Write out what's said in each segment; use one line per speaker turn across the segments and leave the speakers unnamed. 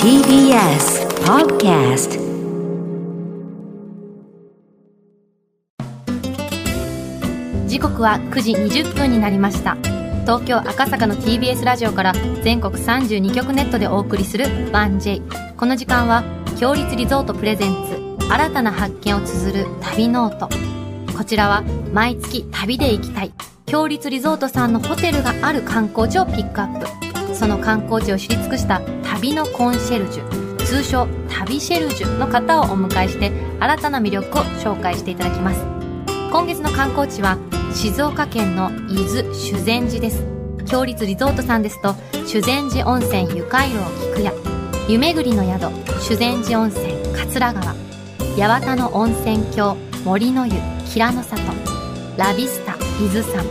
TBS Podcast
時刻は9時20分になりました東京赤坂の TBS ラジオから全国32局ネットでお送りする 1J この時間は強立リゾートプレゼンツ新たな発見を綴る旅ノートこちらは毎月旅で行きたい強立リゾートさんのホテルがある観光地をピックアップその観光地を知り尽くした旅のコンシェルジュ通称旅シェルジュの方をお迎えして新たな魅力を紹介していただきます今月の観光地は静岡県の伊豆修善寺です強立リゾートさんですと修善寺温泉湯回廊菊屋湯巡りの宿修善寺温泉桂川八幡の温泉郷森の湯平の里ラビスタ伊豆山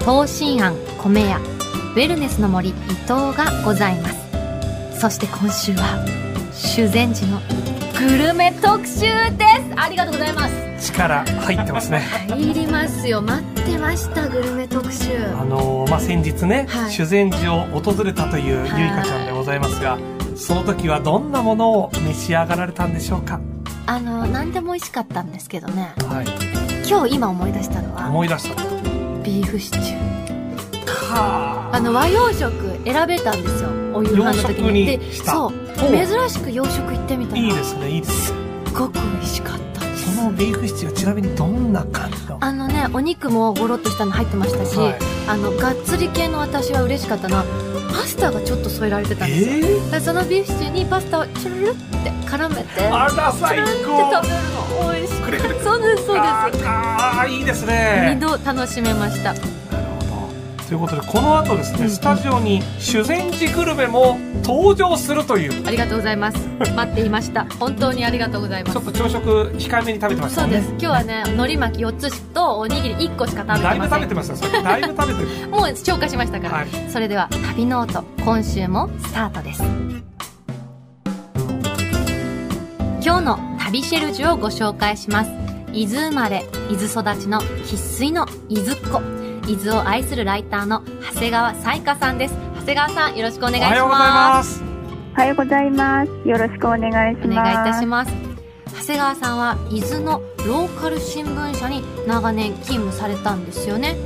東進庵米屋ウェルネスの森伊東がございますそして今週は修善寺のグルメ特集ですありがとうございます
力入ってますね
入りますよ待ってましたグルメ特集
あのーまあ、先日ね、
はい
修善寺を訪れたというゆいかちゃんでございますが、その時はどんなものを召し上がられたんでしょうか
あの何でも美味しかったんですけどね
はい
今日今思い出したのは
思い出した
ビーフシチュー
か
あの和洋食選べたんですよお夕飯の時に
洋食
で
にした
そう
ほう
珍しく洋食行ってみたら
いいですねいいですね
すっごく美味しかったです
そのビーフシチューはちなみにどんな感じの
あのねお肉もゴロッとしたの入ってましたし、
はい
あのがっつり系の私は嬉しかったのはパスタがちょっと添えられてたんですよ、
えー、
だからそのビーフシチューにパスタをチュルルって絡めて
あら最高
チュルルって食べ
くる
る
く
の
る
美味しいそうですそうです
ああいいですね
二度楽しめました
なるほどということでこの後ですね、
うん
スタジオに修善寺グルメも登場するという
ありがとうございます待っていました本当にありがとうございま
ち
す
ょっと朝食控えめに食べてました
そ
も
うん
ね
です今日はね海苔巻き4つとおにぎり1個しか食べて
だいぶ
ま
食
せ
べ
ん
てましたよそれだいぶ食べてる
もう消化しましたから、
はい
それでは旅ノート今週もスタートです今日の旅シェルジュをご紹介します伊豆生まれ伊豆育ちの生粋の伊豆っ子伊豆を愛するライターの長谷川彩花さんです長谷川さんよろしくお願いし
おはようござい
ます
ます
おはようございます。よろしくお願いします。
お願いいたします長谷川さんは伊豆のローカル新聞社に長年勤務されたんですよね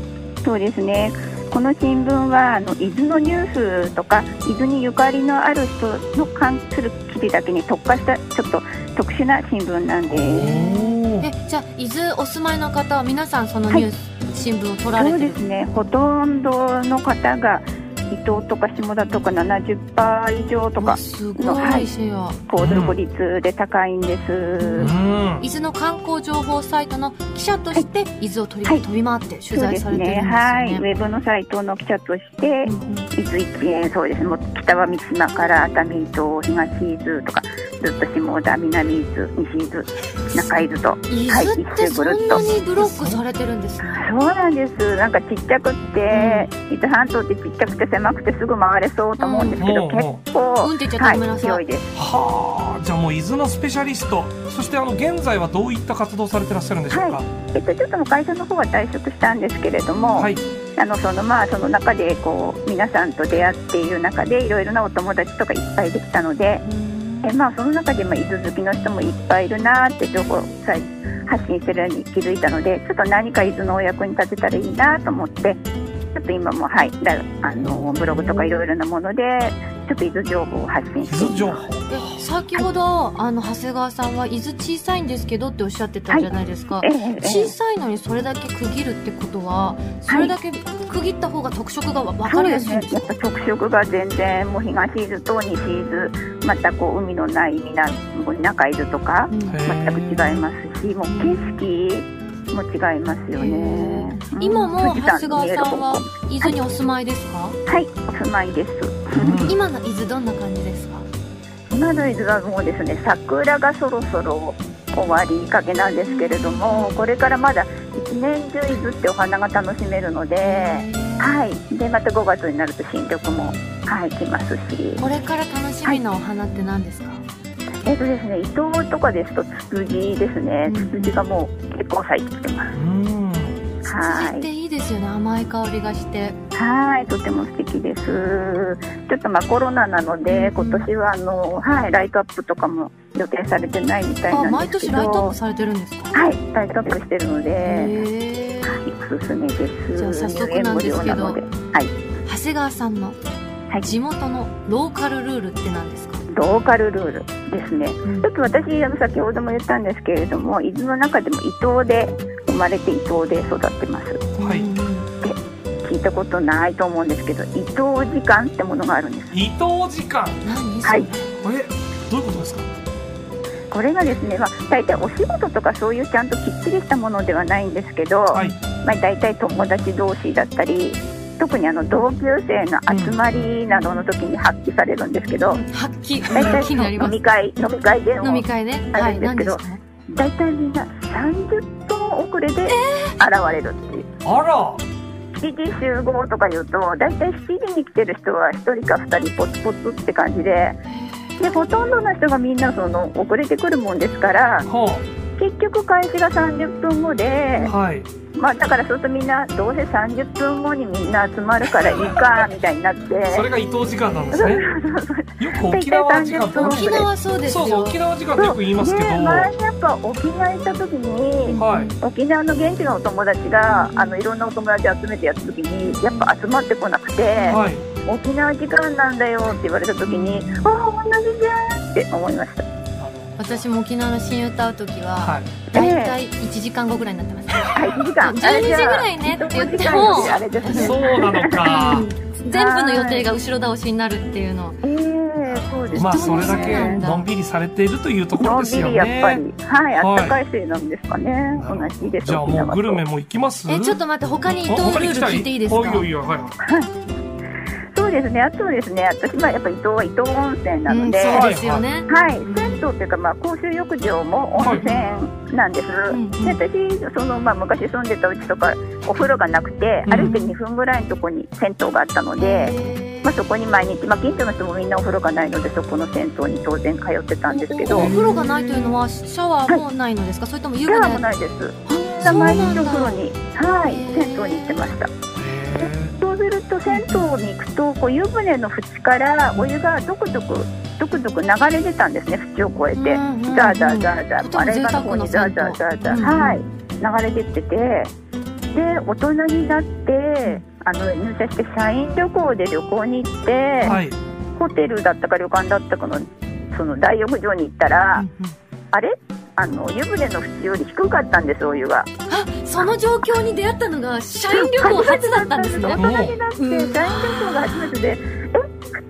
そうですね。この新聞はあの伊豆のニュースとか伊豆にゆかりのある人の関する記事だけに特化したちょっと特殊な新聞なんです。
お
えじゃあ伊豆お住まいの方は皆さんそのニュース、新聞を取られ
そう
てる
ですね。ほとんどの方が伊東とか下田とか70%以上と
わ
か
すご
はい
シェア、
高度率で高いんです。
うん
伊豆の観光情報サイトの記者として伊豆を取り、
はい
飛び回って取
そう
材
で
さ
す
れてるんですよ
ね。
ね
はい。ウェブのサイトの記者として
うんうん
伊豆一円そうですもう北は三島から熱海伊東東伊豆とかずっと下田南伊豆西伊豆中伊豆と
伊
はい
豆ってそんなにブロックされてるんですね
そうなんですなんかちっちゃくって、伊豆半島ってちっちゃくて狭くてすぐ回れそうと思うんですけど、
うん
結構、
うんって言っちゃった、
はい
ごめんなさ
広
い
いです
はあじゃあもう伊豆のスペシャリストそしてあの現在はどういった活動をされてらっしゃるんでしょうか
えっとちょっともう会社の方は退職したんですけれども、
はい、
あのそのまあその中でこう皆さんと出会っている中でいろいろなお友達とかいっぱいできたので、
うん
えまあ、その中でも伊豆好きの人もいっぱいいるなーって情報をさ発信してるのに気づいたのでちょっと何か伊豆のお役に立てたらいいなと思ってちょっと今もはいだあのブログとかいろいろなものでちょっと伊豆情報を発信
伊
して
豆
い
情
ます
報
で先ほど、あの長谷川さんは伊豆小さいんですけどっておっしゃってたじゃないですか、
えええ
小さいのにそれだけ区切るってことはそれだけ区切った方が特色がわ分
え、
か
そう
りや
ですす
いん
ね
です
や
か
っぱ特色が全然もう東伊豆と西伊豆またこう海のない南中伊豆とか
うん
へ
全く違いますしもう景色も違いますよね、
へ
う
え
ん
今も
富士
長
山
谷川
見える
さ
と
ん
こ
は伊豆にお住まいですか、
はい、お住まいです。
うん
今の伊豆どんな感じですか
今の伊豆はもうですね、桜がそろそろ終わりかけなんですけれども、これからまだ一年中伊豆ってお花が楽しめるので、はい、でまた5月になると新緑もはい来ますし、
これから楽しみなお花って何ですか、
えっとですね、伊東とかですとツツジですね
うん、
ツツジがもう結構咲いてきてま
うん
す。
土
は
っ
い、
ていいですよね甘い香りがして
はい、はい、とても素敵です。ちょっとまあコロナなので、
うん
今年はあの、はい、ライトアップとかも予定されてないみたい
あ
なん
毎
です
年
けど、
ライトアップ
は
されてるんですか
い、ライトアップしてるので、
へえ
はいおすすめです。
じゃあ早速なんですけど
入園無料なので
長谷川さんの
はい
地元のローカルルールって何ですか、
ローカルルールですね。
うん
ちょっと私あの先ほども言ったんですけれども伊豆の中でも伊東で生まれて伊東で育ってます
はい
うん
聞いたことないと思うんですけど伊東時間ってものがあるんです
伊藤時間
何そ
は
れ、
い
えどういうことですか
これがですね、まあ、大体お仕事とかそういうちゃんときっちりしたものではないんですけど、
はい
まあ、大体友達同士だったり特にあの同級生の集まりなどの時に発揮されるんですけど、
発揮
大体
気になり
飲
ます
み会飲み会で
飲
も
み会ね
あ
は
る
い
んです
何
け
で
ど
すか
大体みんな30分遅れで現れるっていう。
あら
7時集合とか言うと大体7時に来てる人は1人か2人ポツポツって感じででほとんどの人がみんなその遅れてくるもんですから
は
結局開始が30分後
あ
で、
はい
まあ、だからそうするとみんなどうせ30分後にみんな集まるからいいかみたいになって
それが伊藤時間なんですねよく沖縄時間って
大体30分
沖縄そうですよ
そうそう沖縄時間ってよく言いますけど
ね前にやっぱ沖縄行った時に
はい
沖縄の現地のお友達があのいろんなお友達集めてやった時にやっぱ集まってこなくて。
はい
沖縄時間なんだよって言われた時にああ同じじゃんって思いました
あの
私も沖縄の親友と会う時は
はい
大体1時間後ぐらいになってます、
はい1時間
12時ぐらいねって言っても
あれじゃあ一時間よりあれです
そ
ね
うなのか
全部の予定が後ろ倒しになるっていうのを
ええそうです
まあ
人
そ
も
れだ
そう
け
なんだ
のんびりされているというところ
の
で
んび
すよ
りやっぱ
ね
りはい
はい
あったかいせいなんですかね同じです
じゃあ
沖
もう
縄
グ
と
ルメも行きます
えちょっと待って他に伊藤ルール聞いていいですか
あ他に行きたいおいおいおいはい
そうですねあとですね私はやっぱ伊東は伊東温泉な
う
の
ん
で、
そうですよね、
はい、銭湯というか、まあ、公衆浴場も温泉なんです、
んうん
で私その、まあ、昔住んでたうちとかお風呂がなくて、
うん
歩いて2分ぐらいのとこに銭湯があったので、
へー
まあ、そこに毎日、まあ、近所の人もみんなお風呂がないのでそこの銭湯に当然通ってたんですけど
おお風呂がないというのはシャワーもないのですか、それとも湯
シャワーも
船
ないですみん
そ
な
うな
毎
ん
日
だ
お風呂に、は
へ、
い
ー
銭湯に行ってました
へ
そうすると銭湯に行くとこう湯船の縁からお湯がどくどくどくどく流れ出たんですね縁を越えて。
うんうんうん
ザーザーザーザ
とて
ー、
も
洗い
贅
場の
沢な
方にザーザーザーザー、はい、流れてってて、で、大人になって、あの入社して社員旅行で旅行に行って、
えはい
ホテルだったか旅館だったかの、その大浴場に行ったら、
うんうん
あれあの湯船の縁より低かったんです、お湯
あ
が。
その状況に出会ったのが社員旅行初だったんです
大
ね
人になって、社
うん
員旅行が初めてで、え、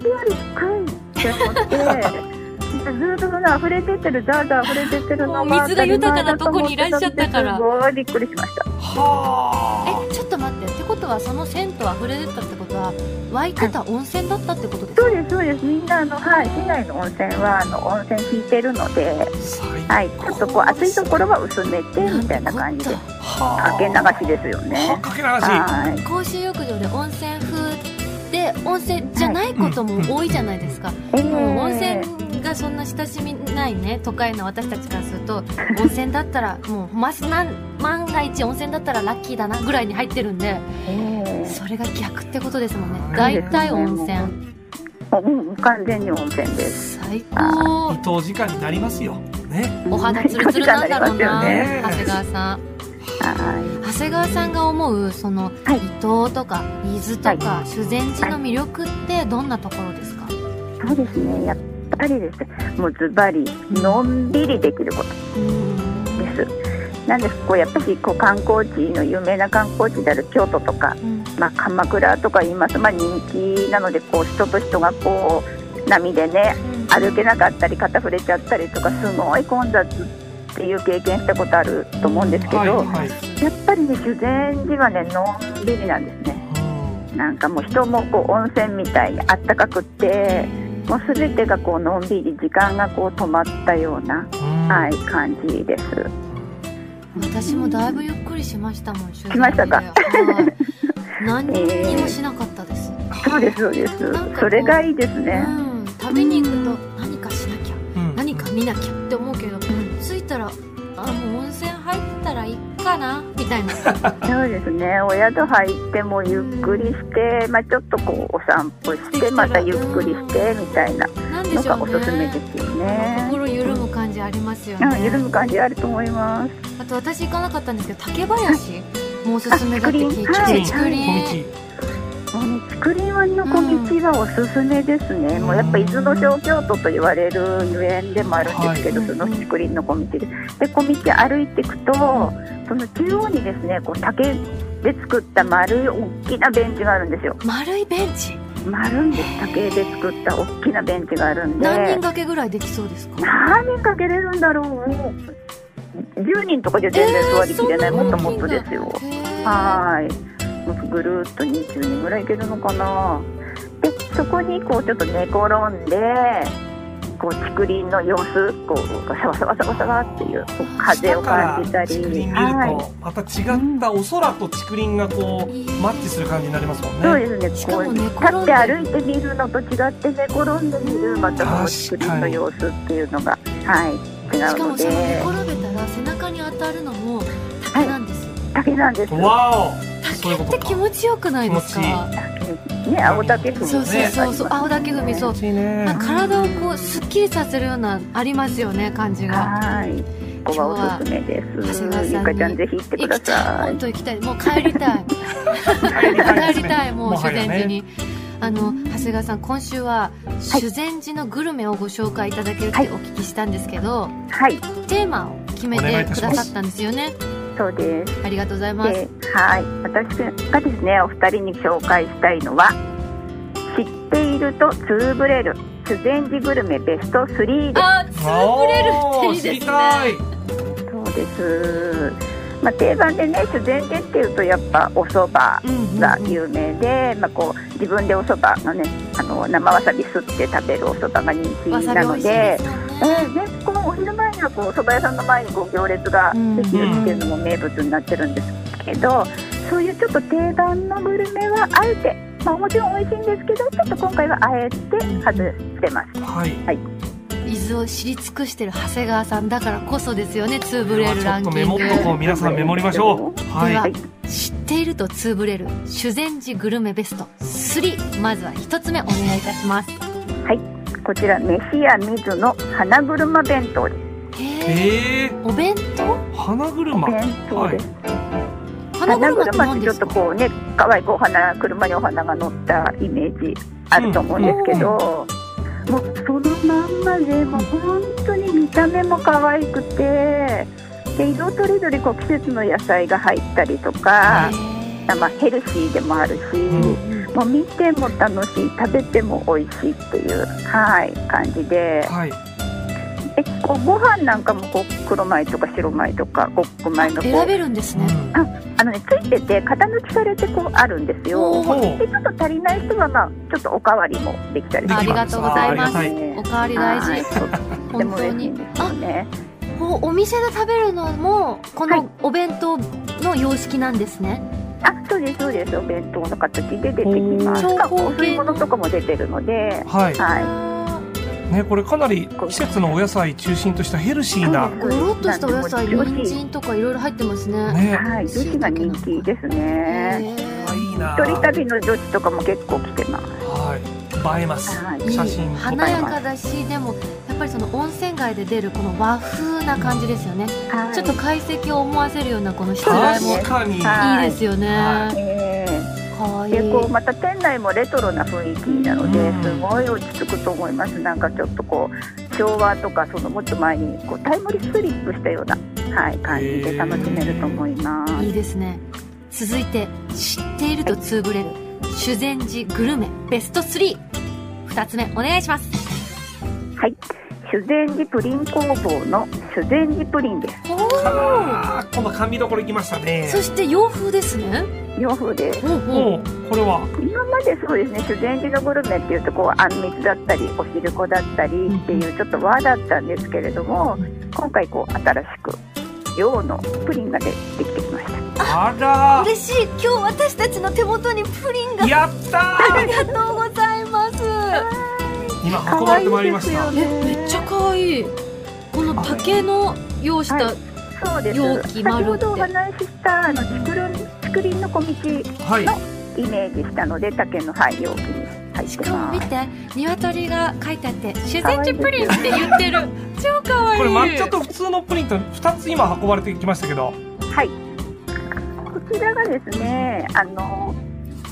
縁より低いって思って。ずーっとその溢れ出てるザーザー溢れ出てるの
もう水が豊かなとこにいらっしゃったから
すごいびっくりしました
は
えちょっと待ってってことはその銭湯あふれ出たってことは湧いてた温泉だったってことですか
そうですそうですみんなあの、はい、市内の温泉はあの温泉引いてるので、
あ最
はい、ちょっとこう暑いところは薄めてみたいな感じでかけ流しですよ
はあ
ね
かけ流し
はい
公衆浴場で温泉風で温泉じゃないことも多いじゃないですか、
えー
もう温泉がそんな親しみないね都会の私たちからすると温泉だったらもうますなん万が一温泉だったらラッキーだなぐらいに入ってるんで
えー
それが逆ってことですもんね
うん
大体温泉
うんうん完全に温泉です
最高
伊藤時間になりますよね
お肌ツルツルなんだろう な、
ね
長谷川さん
は
長谷川さんが思うその、
はい
伊東とか伊豆とか、修善寺の魅力ってどんなところですか、
いそうですねやっぱりですねもうズバリのんびりできること
うん
ですなんですこうやっぱりこう観光地の有名な観光地である京都とか
うん
まあ、鎌倉とか言います、まあ、人気なのでこう人と人がこう波でね歩けなかったり肩触れちゃったりとかすごい混雑っていう経験したことあると思うんですけど、
はいはい
やっぱりね修善寺はねのんびりなんですねなんかもう人もこう温泉みたいにあったかくってもう全てがこうのんびり時間がこう止まったような、
うん
はい、感じです
私もだいぶゆっくりしましたもん修
しましたか
はい何にもしなかったです、
そうですそうです
なんかこう
それがいいですね、
うん食べに行くと何かしなきゃ
うん
何か見なきゃって思うけど着いたらあもう温泉入ったらいいかなみたいな
そうですねお宿入ってもゆっくりして、まあ、ちょっとこうお散歩
でき
したて
ら
またゆっくりしてみたいな
なんで
の
しょ
が
う
お
ね
すすめですよね。
心緩む感じありますよ
うん、
ね
緩む感じあると思います。
あと私行かなかったんですけど竹林もおすすめだって聞い
あ竹
て
林
竹
はい
林
もうね竹林湾の小道はおすすめですね、
うん
もうやっぱ伊豆の小京都と言われるゆえんでもあるんですけど、
はい
その竹林の小道でで小道歩いていくと、その中央にですねこう竹で作った丸い大きなベンチがあるんですよ
丸いベンチ
丸いんです竹で作った大きなベンチがあるんで
何人掛けぐらいできそうですか
何人かけれるんだろうもう10人とかじゃ全然座りきれない、
えー
もっともっとですよ
へー
はーい。もうぐるーっと20人ぐらいいけるのかな。で、そこにこうちょっと寝転んで、こう竹林の様子、こうガサガサガサガサガっていうこう風
下
を
から
感じた
竹
り、
林見ると、
はい。
また違ったお空と竹林がこう、
いい
マッチする感じになりますもんね。
そうです
し
ね。
か
こ
も
う
寝
立
転んで
って歩いてみるのと違って寝転んでみる、またこう竹林の様子っていうのが、はい、違
し
う
か
の
もその寝
で、
転べたら背中に当たるのも竹なんですよ、
竹なんです。
わそういう
竹
こ
っ
と
て
か
気持ちよくないです
気持ちいい
か
ね、青竹踏み
そうそうそうそう青竹踏みそう
お。いいね
なんか体をこうすっきりさせるようなありますよね感じが
はい。ここはおすすめです。
今日は
ゆかちゃんぜひ行っ
行
てく
き
だ
たい
さ
本
い。
当行きたいもう帰りたい
帰りた いで
帰
す
りたい
ね
もう
も
修
はや
善
ね
寺に、あの長谷川さん今週は修善寺のグルメをご紹介いただけるってお聞きしたんですけど、
はい、
テーマを決め
お願い
て
いた
く
し
だ
ます
さったんですよね
そうです。
ありがとうございます、
ではい、私がですね、お二人に紹介したいのは。知っていると潰れる、修善寺グルメベスト3です。
あー潰れるっていい
おー知り
です
たい
ね
そうです。まあ、定番でね、修善寺っていうと、やっぱお蕎
う
麦。
んうんうん
が有名で、まあ、こう自分でお蕎麦のねあの生わさびすって食べるお蕎麦が人気
わさび
な
美
の
味しい
で
ですもんね
えーね、このお昼前にはこう蕎麦屋さんの前にこう行列ができるっていうのも名物になってるんですけど、そういうちょっと定番のグルメはあえて、まあ、もちろん美味しいんですけどちょっと今回はあえて外してます。
はい
伊豆を知り尽くしてる長谷川さんだからこそですよねツーブ
これ
レ
は
る
ちょ
ラ
っ
ンキ
とメ
ン
モ
グ
っとこう皆さんメモりましょうはい
では
はい
知っているとツーブレる修善寺グルメベスト3まずは一つ目お願いいたします
こちら飯屋水の花車弁当です。
へえ
えー、
お弁当
花車
弁当です。
花車って
っ
何
てち
で
ょっ
すか
とこうね可愛いお花車にお花が乗ったイメージあると思うんですけど、もうそのまんまでもう本当に見た目も可愛くてで色とりどりこう季節の野菜が入ったりとか、
へ
まあ、ヘルシーでもあるし、
ん
ー
もう見ても楽しい食べても美味しいっていう、はい、感じで
はい
えこうご飯なんかもこう黒米とか白米とかコック米のこ
選
う
べるんですね
あの、ね、ついてて型抜きされてこうあるんですよ。
おー
ほう
でちょっと足りない人は、まあ、ちょっとおかわりもできたり
できます
ありがとうございます
あありがた
おかわり大事
事
本当にあおお店で食べるのもこ
は
のお弁当の様式なんですね
あ、そうです、そうです。お弁当の形で出てきます。
おー
まあお吸い物とかも出てるので、
はい、
は
あ
ね、これかなり季節のお野菜中心としたヘルシーな
う
ー
ん
ごろっとしたお野菜
なんでも
人参とかいろいろ入ってますね
い。
ね
はい、女子が人気ですね。
へー
いいな
一人旅の女子とかも結構来てます。
はい映えます
はい
いい
写真撮
華やかだしでもやっぱりその温泉街で出るこの和風な感じですよね、
はい
ちょっと懐石を思わせるようなこのしつらいもい
確かに
はい
ですよね、
は
え
かわ
え
いい
でこうまた店内もレトロな雰囲気なの
う
で
ん
すごい落ち着くと思いますなんかちょっとこう昭和とかそのもっと前にこうタイムリスリップしたような、はい、感じで楽しめると思います、
いいですね続いて知っているとつぶれる修善寺グルメベスト32つ目お願いします
はい修善寺プリン工房の修善寺プリンです
おー
あー今度甘味どころ行きましたね
そして洋風ですね
洋風です
おうおう
もうこれは
今までそうですね修善寺のグルメっていうとこうあんみつだったりおしるこだったりっていうちょっと和だったんですけれども今回こう新しく洋のプリンがでできてきました
あら
嬉しい今日私たちの手元にプリンが
ーやった
あ
ー
りがとうございます
今運
可
ばれ
愛
てまいり
いで
まし
す
た
よね
めっちゃ可愛いこの竹の用した
そうです
容器
先
丸っ
ほ
て
どお話ししたあの竹林竹林の小道
はい
のイメージしたので竹の、はい、容器に入っ
してかも
ま
見
す
て鶏が書いてあって「修善寺プリン」って言ってる超かわいい
これ抹茶と普通のプリンと2つ今運ばれてきましたけど
はいこちらがですねあの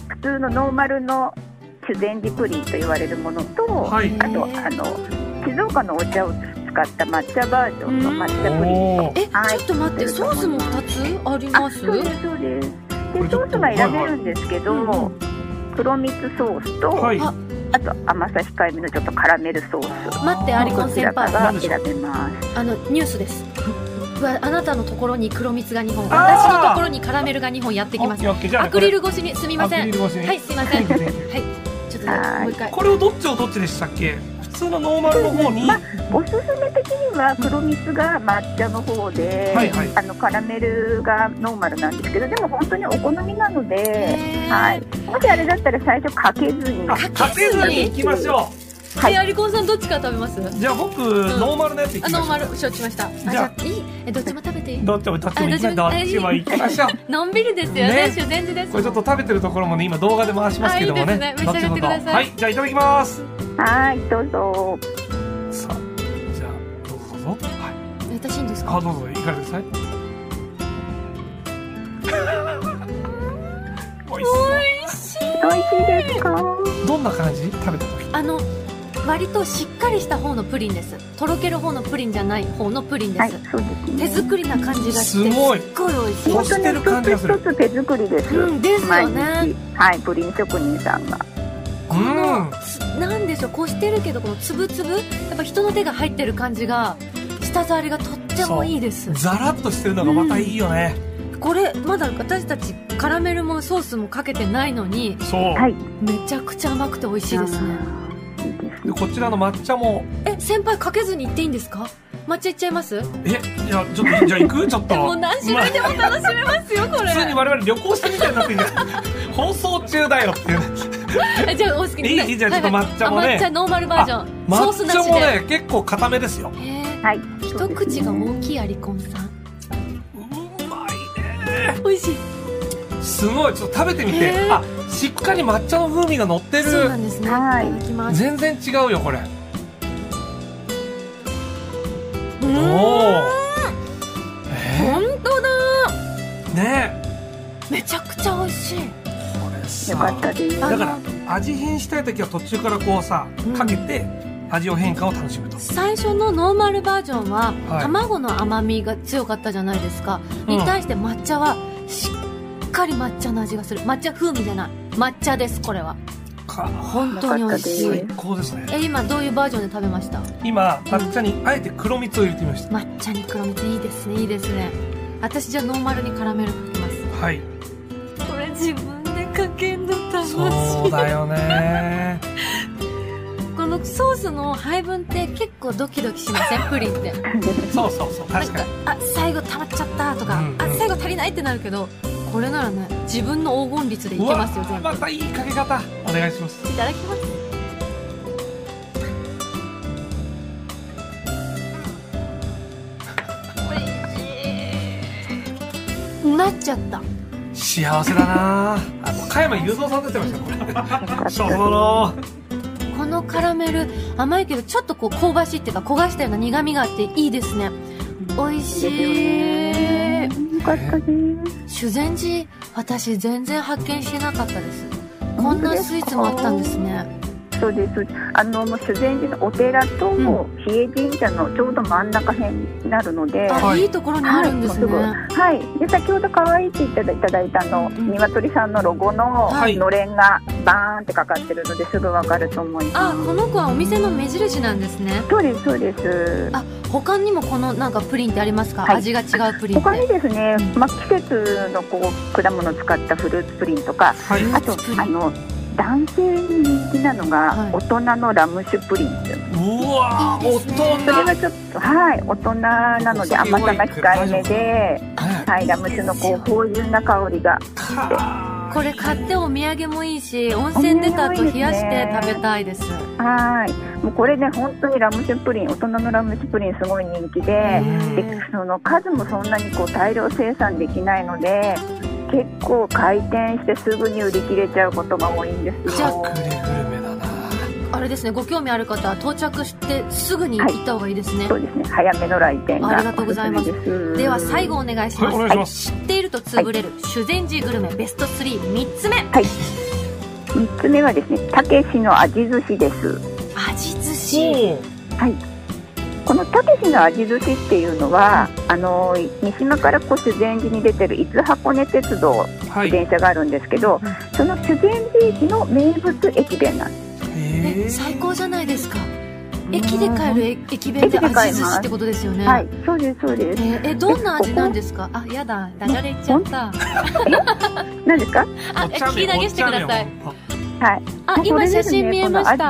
普通のノーマルの修善寺プリンと言われるものと、
はい
あとあの静岡のお茶を使った抹茶バージョンの抹茶プリン
おー
えち
はい
ょっと待ってソースも2つあり
あ
ます
そうですそうです
これ
で
ち
ソ
ょっ
ー
と
スが選べるんですけど、
はいはい
黒蜜ソースと、
はい
あ
あと甘さ控えめのちょっとカラメルソース
待ってアリコン
こち
先
らか
輩
ら選べます
あのニュースですうわあなたのところに黒蜜が2本
あー
私のところにカラメルが2本やってき
オ
ま
ッ
す
ケーオッケーじゃあね
アクリル越しにすみませ
アク
ん
リル越しに
はいすいま せん
は
はいいちょっと
はい
もう一回
これをどっちをどっちでしたっけ普通のノーマルの方に
まおすすめ的には黒蜜が抹茶の方で、
はいはい
あのカラメルがノーマルなんですけどでも本当にお好みなので、
へー
はい、もしあれだったら最初かけずに
あ
は
かけずにいきましょ
はい
えアリコンさんどっちから食べます
うじゃあ僕ノーマルのやついき
あ
まし
ノ
ょ
ー
う
マル承知しましたあ
ゃあ
じゃあいいえどっちも食べていい
どっちもどっちも行きましょうど
あ
っちも行きましょう
のんびりですよ
ね
ね修善寺です
これちょっと食べてるところもね今動画で回しますけどもね
あいいですね召し上がってください
後ほどはいじゃあいただきます
はいどうぞ
さあじゃあどうぞどうぞはい
私いいんです
あ
か
どうぞいかがですか
美味しい
美味しそ
美味しいですか
うどんな感じ食べた時
あの割としっかりした方のプリンですとろける方のプリンじゃない方のプリンです、
はいそうです
手
ね
作りな感じがして
すごい
すっごい美味しい
こうしてる感じがする
本当に一つ一つ手作りです、
うんですよ
毎
ね
日はいプリン職人さんが
う
この
ん
つなんでしょうこうしてるけどこのつぶつぶやっぱ人の手が入ってる感じが舌触りがとってもいいです
ザラッとしてるのがまたいいよね、
これまだ私たちカラメルもソースもかけてないのに
そう、
はい
めちゃくちゃ甘くて美味しいですね
あーいいです
で
ね
こちらの抹茶も
え先輩かけずに行っていいんですか抹茶いっちゃいます
えいやちょっとじゃあ行くちょっと
でも何種類でも楽しめますよこ
まあ普通に
れ
我々旅行してみたいになって んじゃない放送中だよっていうね
えじゃあお好きに
いいいいじゃあちょっと抹茶もね
はいはいあ抹茶ノーマルバージョンソース
抹
な
茶
し
も
で
ね結構固めですよ
へー
はい
一口が大きいアリコンさん
うまいね
美味しい
すごいちょっと食べてみて、
へー
あしっかり抹茶の風味が乗って
そう
る
なんですね
はい
ただきます
全然違うよこれ
う
お
ん
お
本
え
当だ
ー、ね
めちゃくちゃ美味しい
えこれ
よか
さ
ったです
あ
だから味変したい時は途中からこうさ
うん
かけて味を変化を楽しむと、
最初のノーマルバージョンは、
はい
卵の甘みが強かったじゃないですか、
う
に
ん
対して抹茶はしっかり抹茶の味がする抹茶風味じゃない抹茶ですこれは
か
本当に美味し
よか
い
っ
最高ですね
え今どういうバージョンで食べました
今抹茶にあえて黒蜜を入れてみました
抹茶に黒蜜いいですねいいですね私じゃあノーマルにカラメルかけます
はい
これ自分でかけんの楽しい
そうだ よね
このソースの配分って結構ドキドキしませ んプリンって
そうそうそう
なん
確か
か
に
あ最後溜まっちゃったとか、
うんうん
あ最後足りないってなるけどこれならね自分の黄金率でいけますよ
うわ
全
ー
部
またいいかけ方お願いします
いただきますおいしいなっちゃった
幸せだ なあもう加山雄三さん出てましたねこれしょうもの
このカラメル甘いけどちょっとこう香ばしいっていうか焦がしたような苦みがあっていいですね美味しい
よかったです
修善寺私全然発見してなかったですこんなスイーツもあったんですね
そうですあのもう修善寺のお寺と
ん
比叡神社のちょうど真ん中辺になるので、
あ、
はい
い、いところにあるんですね、
はい、すぐはい、で先ほど可愛いって言っていただいたあの、
うん
鶏さんのロゴの
はい
のれんがバーンってかかってるのですぐわかると思いま
あ
す。
この子はお店の目印なんですね
そうですそうです。
あ他にもこのなんかプリンってありますか、
はい
味が違うプリンって
他にですね、まあ、季節のこう果物を使ったフルーツプリンとか、
はい
あと
フルーツプリン
あの男性に人気なのが、
はい
大人のラム酒プリンっていうの。
うわー
いい
大
ですね
そ
人
れはちょっとはい大人なので
お酒
甘
弱
さ
い
が控えめで、
ね
はいラム酒のこう芳醇な香りが
か
これ買ってお土産もいいし温泉出た後
お土産もいいですね
冷やして食べたいです
はいもうこれね本当にラム酒プリン大人のラム酒プリンすごい人気ででその数もそんなにこう大量生産できないので結構開店してすぐに売り切れちゃうことが多いんです
じゃあ
よ
グレグルメだな
あれですねご興味ある方は到着してすぐに行った方がいいですね、
そうですね早めの来店が
ありがとうございます
おすめです
では最後お願いします、
はいお願いします
知っているとつぶれる、修善寺グルメベスト33つ目
3つ目はですねたけしの味寿司です
味寿司
そう
このたけしの味寿司っていうのはあの三島からこう修善寺に出てる伊豆箱根鉄道
はい
電車があるんですけど、その修善寺駅の名物駅弁なんです
え
え
最高じゃないですか駅で買える駅駅弁
駅
で
で買え
味
ます
寿司ってことですよね、
はいそうですそうです
えーえどんな味なんですかあやだダジャレ言っちゃった
何ですか
あえ聞き投げしてください
はい
あ今写真見えました、
こ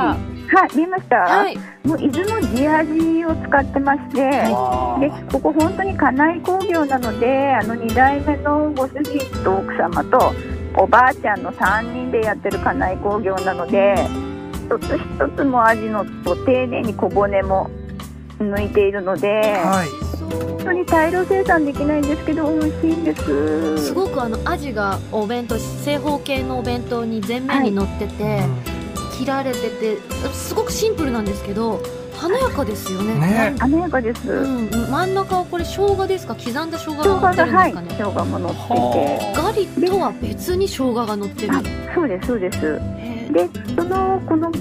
はい見えました、
はい
もう伊豆の地味を使ってまして、でここ本当に家内工業なのであの2代目のご主人と奥様とおばあちゃんの3人でやってる家内工業なので一つ一つも味のと丁寧に小骨も抜いているので
はい
本当に大量生産できないんですけど美味しいんです
すごくあのアジがお弁当正方形のお弁当に全面に乗ってて、切られててすごくシンプルなんですけど華やかですよね
ね
華やかです
う
生
ん、真ん中はこれ生姜ですか刻んだ生姜が
姜
乗
が
ってるんで
は
す
い
かね、
生姜も乗っていて
は
ガリとは別に生姜が乗ってる
あそうですそうです
へー
でそのこの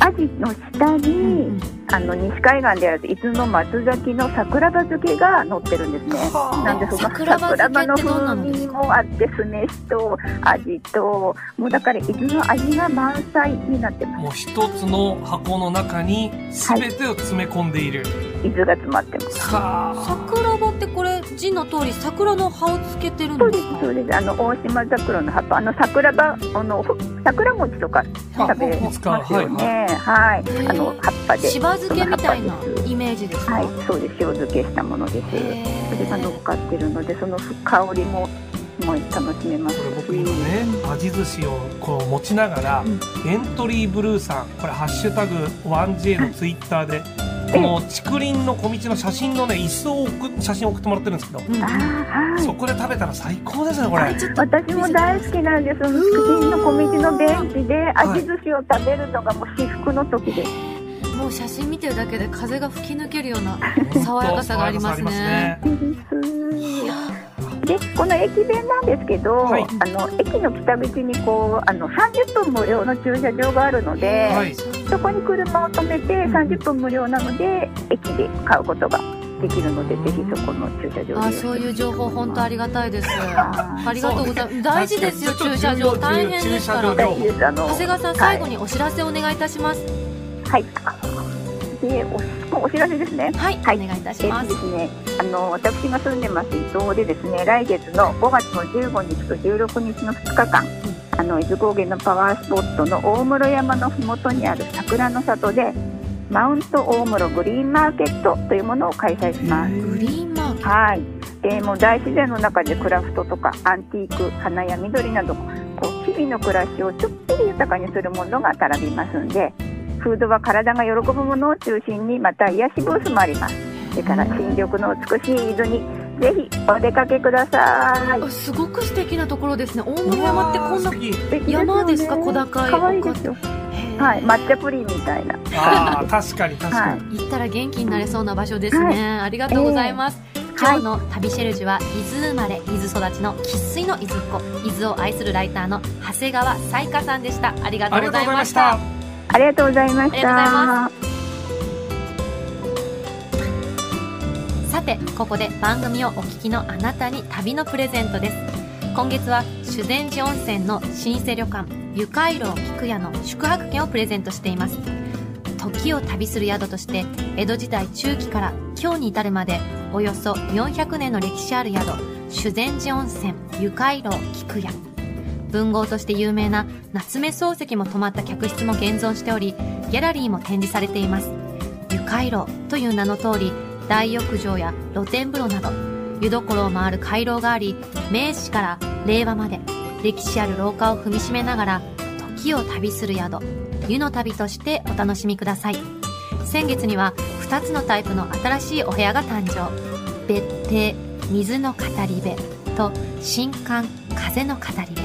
アジの下に、
うん
あの西海岸である伊豆の松崎の桜葉漬けが乗ってるんですね。な
は
んでその
桜葉
桜葉の
漬けってどんなの
風
です
味
か
もあって酢飯と味ともうだから伊豆の味が満載になってま
もう一つの箱の中に全てを詰め込んでいる、
す伊豆が詰まってます
は
桜葉ってこれ字の通り桜の葉をつけてるん
そう
で
ですす
か
そうですあの大島桜の葉っぱあの桜葉あのほ桜餅とか
あ
食べ
もう使う
ますよ
は
ねはい、
へー
あの葉っぱで
しば漬けみたいなイメージですか、
はいそうです塩漬けしたものです
へー
それが乗っかってるのでその香りももう楽しめます
これ僕
し
今ね味寿司をこう持ちながら、
うん
エントリーブルーさんこれ「ハッシュタグ #1J」のツイッターでこの竹林の小道の写真のね椅子を送っ写真を送ってもらってるんですけど、
うん
あーはい
そこで食べたら最高ですねこ
あ
れ
ちょっと
私も大好きなんです。その
うー
口の小道のベンチで
はい
味寿司を食べるのがもう至福の時です。
もう写真見てるだけで風が吹き抜けるような爽やかさがありますね
爽やかさありま
いや
でこの駅弁なんですけど、
はい
あの駅の北口にこうあの30分無料の駐車場があるので、
はい
そこに車を止めて30分無料なので駅で買うことができるので、ぜひそこの駐車場で。
あそういう情報本当ありがたいです
はい
ありがとうございます大事ですよ
ちょっと
駐車場大変ですから
駐車場
大事ですあの
長谷川さん
は
最
い
後にお知らせお願いいたします
はい。で、おお知らせですね。
はい、
はい
お願いいたし
えっ
ま
と
す
ですね、あの私が住んでます伊東でですね、来月の5月の15日と16日の2日間、あの伊豆高原のパワースポットの大室山のふもとにある桜の里で、マウント大室グリーンマーケットというものを開催します。
グリーンマーケッ
はい。で、もう大自然の中でクラフトとかアンティーク、花や緑など、こう日々の暮らしをちょっぴり豊かにするものが並びますんで、フードは体が喜ぶものを中心に、また癒しブースもあります。それから新緑の美しい伊豆に、ぜひお出かけください
ト。あすごく素敵なところですね大森山ってこんな
うわー素敵
素敵よね
山ですか小高い
可愛いですよ。
は
はい、抹茶プリンみたいな。
あー確かに確か
は
に、
行ったら元気になれそうな場所ですね、
はい
ありがとうございます、今
は
日
い
の旅シェルジュは伊豆生まれ伊豆育ちの生粋の伊豆っ子伊豆を愛するライターの長谷川彩香さんでしたありがと
あ
う
り
ござ
がとう
い
ござい
ま
ま
し
したた
ありがとうございまし
ありがとうございま
た。
さてここで番組をお聞きのあなたに旅のプレゼントです今月は修善寺温泉の老舗旅館ゆかいろう菊屋の宿泊券をプレゼントしています時を旅する宿として江戸時代中期から今日に至るまでおよそ400年の歴史ある宿修善寺温泉ゆかいろう菊屋文豪として有名な夏目漱石も泊まった客室も現存しておりギャラリーも展示されています湯回廊という名の通り大浴場や露天風呂など湯どころを回る回廊があり明治から令和まで歴史ある廊下を踏みしめながら時を旅する宿湯の旅としてお楽しみください先月には2つのタイプの新しいお部屋が誕生別邸水の語り部と新館風の語り部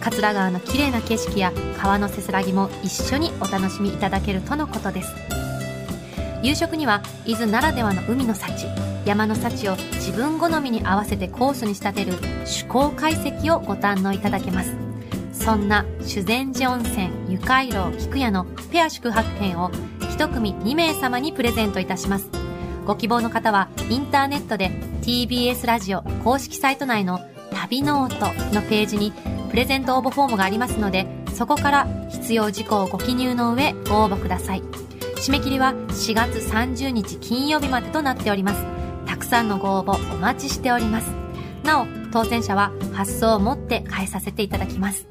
桂川の綺麗な景色や川のせすらぎも一緒にお楽しみいただけるとのことです夕食には伊豆ならではの海の幸山の幸を自分好みに合わせてコースに仕立てる趣向解析をご堪能いただけますそんな修善寺温泉湯海楼菊屋のペア宿泊券を1組2名様にプレゼントいたしますご希望の方はインターネットで TBS ラジオ公式サイト内の旅ノートのページにプレゼント応募フォームがありますのでそこから必要事項をご記入の上ご応募ください締め切りは4月30日金曜日までとなっておりますたくさんのご応募お待ちしておりますなお当選者は発送をもって返させていただきます